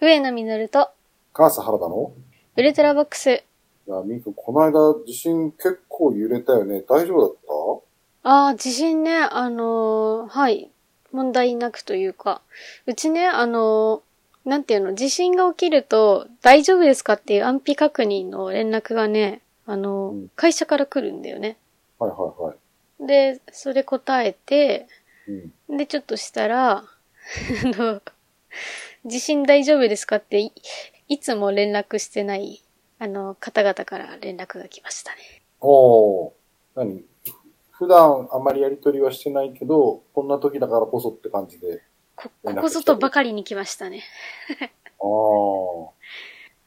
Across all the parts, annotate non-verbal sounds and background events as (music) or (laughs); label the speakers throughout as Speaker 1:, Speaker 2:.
Speaker 1: 上野実と、
Speaker 2: カース原田の
Speaker 1: ウルトラボックス。
Speaker 2: いや、ミク、この間地震結構揺れたよね。大丈夫だった
Speaker 1: ああ、地震ね、あのーはい。問題なくというか。うちね、あのーなんていうの、地震が起きると、大丈夫ですかっていう安否確認の連絡がね、あのー
Speaker 2: うん
Speaker 1: 会社から来るんだよね。
Speaker 2: はいはいは
Speaker 1: で、それ答えて、
Speaker 2: い。うん。
Speaker 1: で、ちょっとしたら、 (laughs) あの、地震大丈夫ですかってい、いつも連絡してない、あの、方々から連絡が来ましたね。
Speaker 2: おー。何普段あんまりやりとりはしてないけど、こんな時だからこそって感じで。
Speaker 1: こ、
Speaker 2: 連
Speaker 1: こ
Speaker 2: 絡来た
Speaker 1: こぞとばかりに来ましたね。
Speaker 2: ああ。そ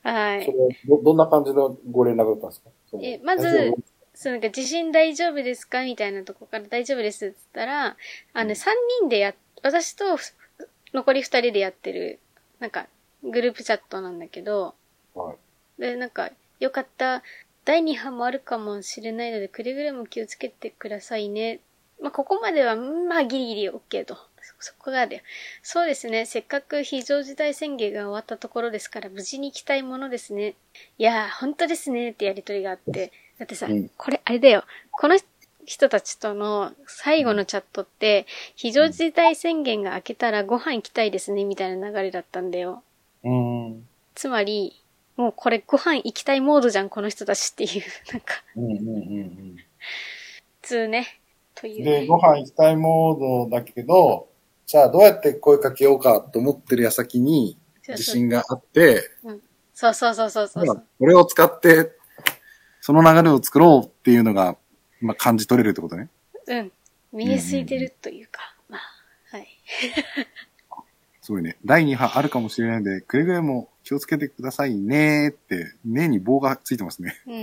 Speaker 1: は
Speaker 2: れ
Speaker 1: い。
Speaker 2: はど、どんな感じのご連絡だったんですかその
Speaker 1: えまず
Speaker 2: 大丈夫
Speaker 1: そう、なんか、地震大丈夫ですかみたいなとこから大丈夫ですって言ったら、あの、3人でや、私とふ残り2人でやってる、なんか、グループチャットなんだけど、
Speaker 2: はい。
Speaker 1: で、なんか、よかった。第2波もあるかもしれないので、くれぐれも気をつけてくださいね。まあ、ここまでは、うんまあ、ギリギリ OK と。そそこがで。そうですね。せっかく非常事態宣言が終わったところですから、無事に行きたいものですね。いやー、本当ですね。ってやりとりがあって。だってさ、
Speaker 2: うん
Speaker 1: これ、あれだよ。この人たちとの最後のチャットって、非常事態宣言が明けたらご飯行きたいですね、みたいな流れだったんだよ。
Speaker 2: うーん。
Speaker 1: つまり、もうこれご飯行きたいモードじゃん、この人たちっていう、 (laughs) なんか、
Speaker 2: うんうんうん
Speaker 1: 普通ね。と
Speaker 2: う
Speaker 1: い
Speaker 2: ん。
Speaker 1: う
Speaker 2: で、
Speaker 1: ね。
Speaker 2: ご飯行きたいモードだけど、じゃあどうやって声かけようかと思ってる矢先に、
Speaker 1: そう
Speaker 2: 地
Speaker 1: そう
Speaker 2: 震があって、
Speaker 1: そうそうそうそうそうそう。
Speaker 2: これを使って、その流れを作ろうっていうのが、まあ、感じ取れるってことね。
Speaker 1: うん。見えすいてるというか、まあ、はい。
Speaker 2: すごいね。第2波あるかもしれないので、くれぐれも気をつけてくださいねーって、ねに棒がついてますね。
Speaker 1: うん。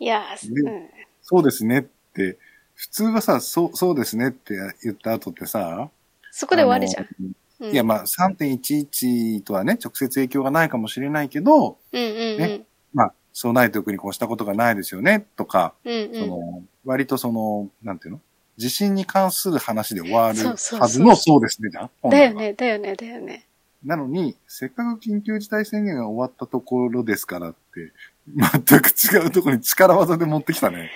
Speaker 1: いやー、うん
Speaker 2: ね。そうですねって、普通はさ、そう、そうですねって言った後ってさ、
Speaker 1: そ
Speaker 2: こ
Speaker 1: こで終わるじゃん。うん
Speaker 2: いや、まあ、3.11とはね、直接影響がないかもしれないけど、
Speaker 1: うんうんうん
Speaker 2: ね。まあ、そうない時にこうしたことがないですよね、とか、
Speaker 1: うん
Speaker 2: そ
Speaker 1: うん。
Speaker 2: の、割とその、なんていうの地震に関する話で終わる
Speaker 1: そうそうそう
Speaker 2: はずのそうですね、じゃん本来
Speaker 1: だ
Speaker 2: は
Speaker 1: よね、だよね、だよね。
Speaker 2: なのに、せっかく緊急事態宣言が終わったところですからって、全く違うところに力技で持ってきたね。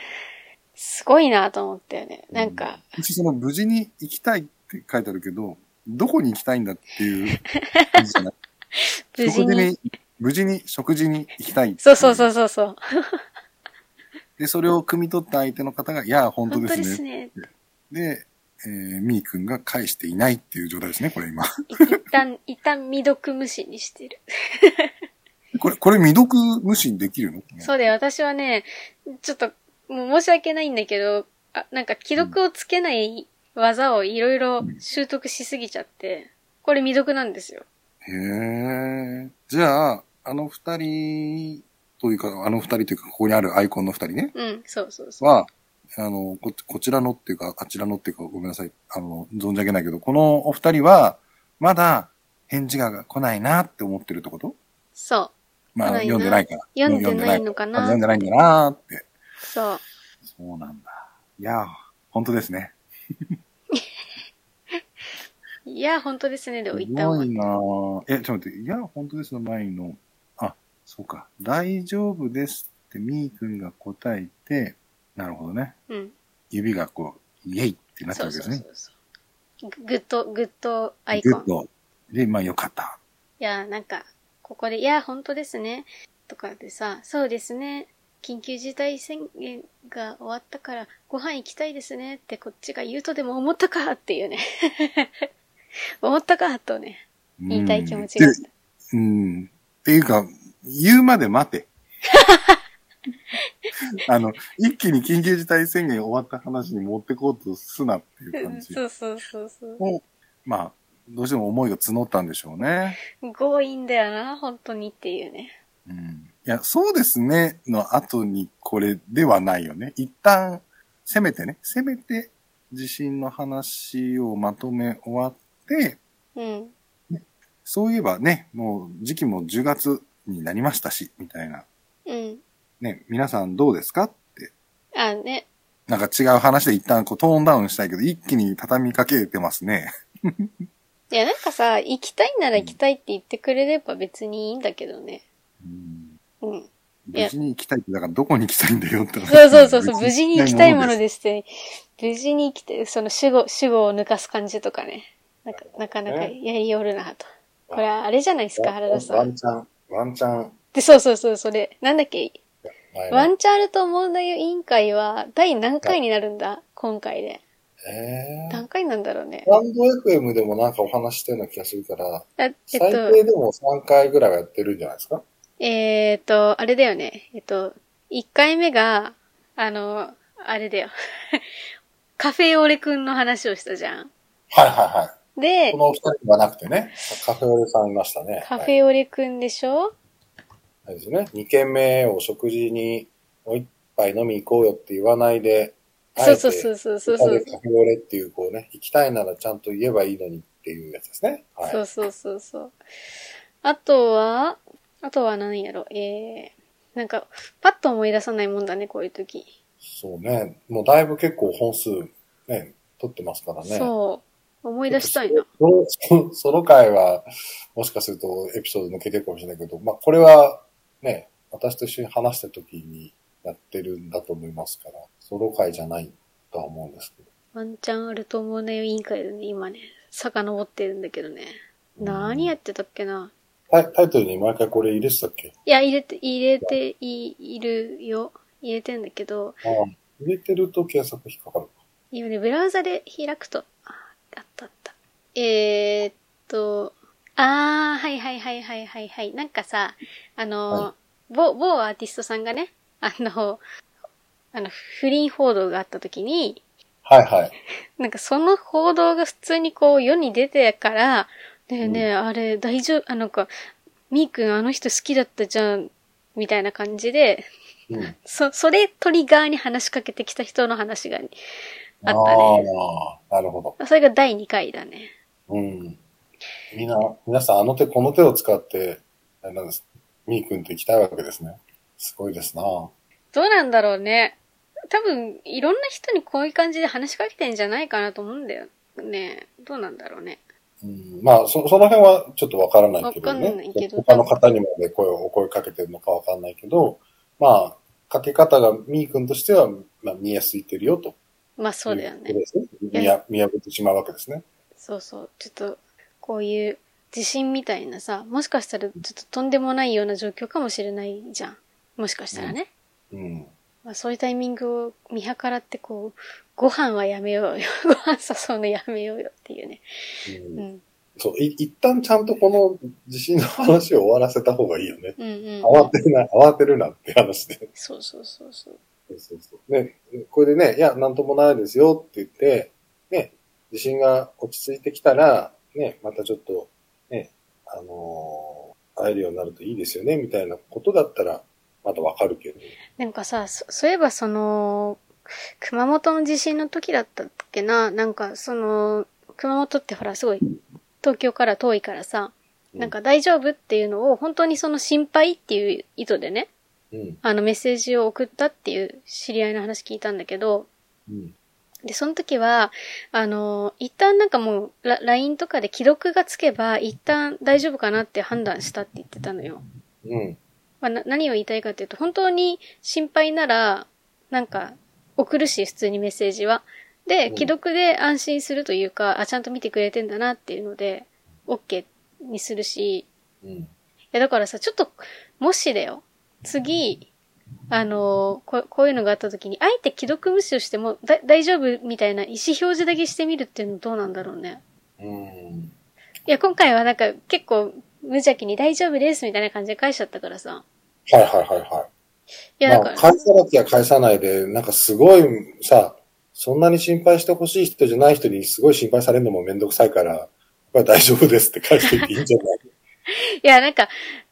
Speaker 1: すごいなと思ったよね。なんか、
Speaker 2: うちその無事に行きたいって書いてあるけど、どこに行きたいんだっていう感じじゃない。
Speaker 1: (laughs) 無事
Speaker 2: 食事
Speaker 1: に。
Speaker 2: に、無事に食事に行きたいってい
Speaker 1: そうそうそうそうそう。
Speaker 2: で、それを汲み取った相手の方が、いや、本当
Speaker 1: 本
Speaker 2: で
Speaker 1: 当
Speaker 2: す
Speaker 1: で
Speaker 2: ね。
Speaker 1: すね。
Speaker 2: で、えー、みーくんが返していないっていう状態ですね、これ今。
Speaker 1: い一旦、一旦未読無視にしてる。
Speaker 2: これ、これ未読無視できるの
Speaker 1: そうだよ、私はね、ちょっと、もう申し訳ないんだけど、あなんか既読をつけない技をいろいろ習得しすぎちゃって、これ未読なんですよ。
Speaker 2: へえ。じゃあ、あの二人というか、あの二人というか、ここにあるアイコンの二人ね、
Speaker 1: うん、そうそうそう。
Speaker 2: は、あの、こ、こちらのっていうか、あちらのっていうか、ごめんなさい。あの、存じ上げないけど、このお二人は、まだ返事が来ないなって思ってるってこと
Speaker 1: そう。
Speaker 2: ま
Speaker 1: 来
Speaker 2: あ、
Speaker 1: ないな
Speaker 2: 読んでないから。
Speaker 1: 読んでないのか
Speaker 2: あ
Speaker 1: な
Speaker 2: 読んでないんだなーって。
Speaker 1: そう。
Speaker 2: そうなんだ。いやー、本当ですね。
Speaker 1: いや、本当ですね、ですも
Speaker 2: ご
Speaker 1: 言った方が
Speaker 2: いなぁ。え、ちょっと待って、いや、本当ですの前の、あ、そうか、大丈夫ですってみーくんが答えて、なるほどね。
Speaker 1: うん。
Speaker 2: 指がこう、イエイってなった
Speaker 1: そ
Speaker 2: わ
Speaker 1: う
Speaker 2: け
Speaker 1: そ
Speaker 2: で
Speaker 1: う
Speaker 2: す
Speaker 1: そう
Speaker 2: ね。
Speaker 1: そう。ググッド、グッドアイコン。い
Speaker 2: グッド。で、まあよかった。
Speaker 1: や、なんか、ここで、いや、本当ですね。とかでさ、そうですね。緊急事態宣言が終わったから、ご飯行きたいですねってこっちが言うとでも思ったかっていうね。 (laughs) 思ったかとね、
Speaker 2: うん
Speaker 1: 言いたい気持ちがあっ
Speaker 2: で
Speaker 1: た。
Speaker 2: うん。っていうか、言うまで待
Speaker 1: (laughs)
Speaker 2: て。あの、一気に緊急事態宣言終わった話に持ってこうとすなっていう
Speaker 1: う
Speaker 2: 感
Speaker 1: ん
Speaker 2: じ。
Speaker 1: そうそうそうそう。
Speaker 2: をまあ、どうしても思いが募ったんでしょうね。
Speaker 1: 強引だよな、本当にっていうね。
Speaker 2: うんいや、そうですねの後にこれではないよね。一旦、せめてね、せめて地震の話をまとめ終わって、
Speaker 1: うん。
Speaker 2: そういえばね、もう時期も10月になりましたし、みたいな。
Speaker 1: うん。
Speaker 2: ね、皆さんどうですかって。
Speaker 1: あ、ね。
Speaker 2: なんか違う話で一旦こうトーンダウンしたいけど、一気に畳みかけてますね。
Speaker 1: いいや、なんかさ、行きたいなら行きたいって言ってくれれば別にいいんだけどね。
Speaker 3: うん
Speaker 1: うん。いや
Speaker 3: 無事に行きたいって、だからどこに行きたいんだよって話。
Speaker 1: そうそうそうそう、無事に行きたいもの
Speaker 3: で。
Speaker 1: です
Speaker 2: (laughs)
Speaker 1: って、無事に行きたい、その主語、主語を抜かす感じとかね。なんか、なかなかやりよるなと。これあれじゃないですか、原田さ
Speaker 2: ワ
Speaker 1: ん
Speaker 2: ン。チャン、ワンチャン。
Speaker 1: で、そうそうそう、それ。なんだっけ、
Speaker 2: はい
Speaker 1: ワンチャンあると問題委員会は、第何回になるんだ今回で。
Speaker 2: えー
Speaker 1: 何回なんだろうね。
Speaker 2: ランド FM でもなんかお話したような気がするから、
Speaker 1: あえっ
Speaker 2: 最
Speaker 1: と、
Speaker 2: 低でも3回ぐらいはやってるんじゃないですか
Speaker 1: えーっと、あれだよね。えっと、1回目が、あの、あれだよ。 (laughs) カフェオレくんの話をしたじゃん。
Speaker 2: はいはいは
Speaker 1: で
Speaker 2: い。こ、のお二人がなくてね、カフェオレさんいましたね。
Speaker 1: カフ
Speaker 2: はい
Speaker 1: ェオレくんでしょ、
Speaker 2: あれですね。2軒目を食事にもう一杯飲み行こうよって言わないで、
Speaker 1: そうそうそうそうそうそ
Speaker 2: あえ
Speaker 1: う
Speaker 2: て。カフェオレっていうこうね、行きたいならちゃんと言えばいいのにっていうやつですね。はい。
Speaker 1: そうそうそうそう。あとは、あとは何やろえー、なんか、パッと思い出さないもんだね、こういう時。
Speaker 2: そうね。もうだいぶ結構本数ね、取ってますからね。
Speaker 1: そう。思い出したいな。
Speaker 2: ソロソロ会は、もしかするとエピソード抜けてるかもしれないけど、まあこれはね、私と一緒に話した時にやってるんだと思いますから、ソロ会じゃないとは思うんですけど。
Speaker 1: ワンチャンあると思うね、委員会でね、今ね、遡ってるんだけどね。何やってたっけな。
Speaker 2: タイタイトルに毎回これ入れてたっけ
Speaker 1: いや、入れて、入れてい、いるよ。入れてんだけど、
Speaker 2: ああ入れてると検索引っかかるか。
Speaker 1: 今ね、ブラウザで開くと、あ、あったあった。えー、っと、あー、はいはいはいはいはいはい。なんかさ、あ
Speaker 2: は
Speaker 1: の、某、某アーティストさんがね、あの、あの、不倫報道があった時に、
Speaker 2: はいはい。
Speaker 1: なんかその報道が普通にこう世に出てから、ねえねえ、あれ大丈夫、あ、なんか、みーくんあの人好きだったじゃん、みたいな感じで、
Speaker 2: うん。
Speaker 1: そ、それトリガーに話しかけてきた人の話があったね。
Speaker 2: ああ、なるほど。
Speaker 1: それが第2回だね。
Speaker 2: うん。みんな、皆さんあの手この手を使って、あれなんです。みーくんと行きたいわけですね。すごいですな
Speaker 1: どうなんだろうね。多分、いろんな人にこういう感じで話しかけてんじゃないかなと思うんだよね。どうなんだろうね。
Speaker 2: うん、まあ、そ、その辺はちょっとわからないけど
Speaker 1: わかんない
Speaker 2: ね。
Speaker 1: けど
Speaker 2: 他の方にまで声を、お声かけてるのかわかんないけど、まあ、かけ方がみーくんとしては、まあ、見やすいてるよと。
Speaker 1: まあそうだよね。
Speaker 2: ですね。
Speaker 1: や
Speaker 2: 見や、見破ってしまうわけですね。
Speaker 1: そうそう。ちょっと、こういう地震みたいなさ、もしかしたらちょっととんでもないような状況かもしれないじゃん。もしかしたらね。
Speaker 2: うん。
Speaker 1: まあそういうタイミングを見計らってこう、ご飯はやめようよ。 (laughs) ご飯誘うのやめようよっていうね。
Speaker 2: う
Speaker 1: うんん。うん
Speaker 2: そう、い、一旦ちゃんとこの地震の話を終わらせた方がいいよね。
Speaker 1: うん、う
Speaker 2: 慌
Speaker 1: ん。
Speaker 2: てるな、慌てるなって話で。
Speaker 1: そうそうそうそう。
Speaker 2: そうそうそう。ね、これでね、いや、なんともないですよって言って、ね、地震が落ち着いてきたら、ね、またちょっと、ね、あのー会えるようになるといいですよね、みたいなことだったら、まだわかるけど。
Speaker 1: なんかさ、そそういえばその、熊本の地震の時だったっけな、なんかその、熊本ってほらすごい東京から遠いからさ、なんか大丈夫っていうのを本当にその心配っていう意図でね、
Speaker 2: うん、
Speaker 1: あのメッセージを送ったっていう知り合いの話聞いたんだけど、
Speaker 2: うん、
Speaker 1: で、その時は、あの、一旦なんかもう、ラ LINE とかで既読がつけば、一旦大丈夫かなって判断したって言ってたのよ。
Speaker 2: うん、
Speaker 1: まあ、な何を言いたいかというと、本当に心配なら、なんか、送るし、普通にメッセージは。で、
Speaker 2: うん
Speaker 1: 既読で安心するというか、あ、ちゃんと見てくれてんだなっていうので、OK にするし、い
Speaker 2: うん、
Speaker 1: や、だからさ、ちょっと、もしだよ、次、あのーこ、こういうのがあった時に、あえて既読無視をしても、だ大丈夫みたいな意思表示だけしてみるっていうのどうなんだろうね。
Speaker 2: うん。
Speaker 1: いや、今回はなんか、結構、無邪気に大丈夫ですみたいな感じで返しちゃったからさ。
Speaker 2: はいはいはいはいい。
Speaker 1: や、だ
Speaker 2: ま
Speaker 1: か
Speaker 2: あ、
Speaker 1: ら。
Speaker 2: 返さなきゃ返さないで、なんかすごい、さ、そんなに心配してほしい人じゃない人にすごい心配されるのもめんどくさいから、やっぱり大丈夫ですって返していっていいんじゃない
Speaker 1: いや、なんか、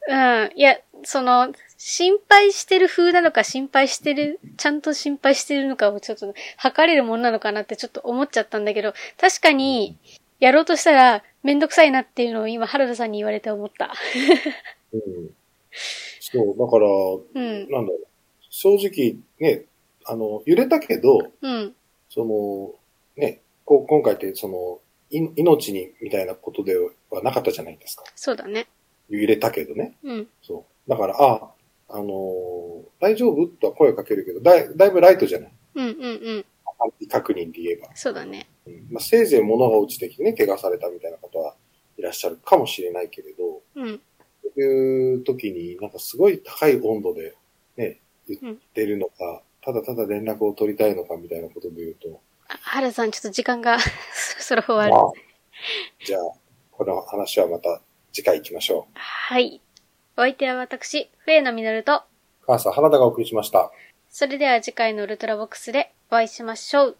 Speaker 1: うん、いや、その、心配してる風なのか、心配してる、ちゃんと心配してるのかをちょっと、測れるもんなのかなってちょっと思っちゃったんだけど、確かに、やろうとしたら、めんどくさいなっていうのを今、原田さんに言われて思った。
Speaker 2: うんそう、だから、
Speaker 1: うん、
Speaker 2: なんだろう。正直、ね、あの、揺れたけど、
Speaker 1: うん、
Speaker 2: その、ね、こう今回って、その、い命に、みたいなことではなかったじゃないですか。
Speaker 1: そうだね。
Speaker 2: 揺れたけどね。
Speaker 1: うん。
Speaker 2: そう。だから、あ、あのー大丈夫とは声をかけるけど、だいだいぶライトじゃない
Speaker 1: うんうんうん。
Speaker 2: 安否確認で言えば。
Speaker 1: そうだね。
Speaker 2: うんまあ、せいぜい物が落ちてきてね、怪我されたみたいな方はいらっしゃるかもしれないけれど、
Speaker 1: うん。
Speaker 2: そういう時になんかすごい高い温度でね、言ってるのか、ただただ連絡を取りたいのかみたいなことで言うと、
Speaker 1: あ原さん、ちょっと時間が (laughs) そろそろ
Speaker 2: ま
Speaker 1: 終
Speaker 2: あ
Speaker 1: わる。、
Speaker 2: じゃあ、この話はまた次回行きましょう。
Speaker 1: はい。お相手は私、笛野実と、
Speaker 2: 母さん、原田がお送りしました。
Speaker 1: それでは次回のウルトラボックスでお会いしましょう。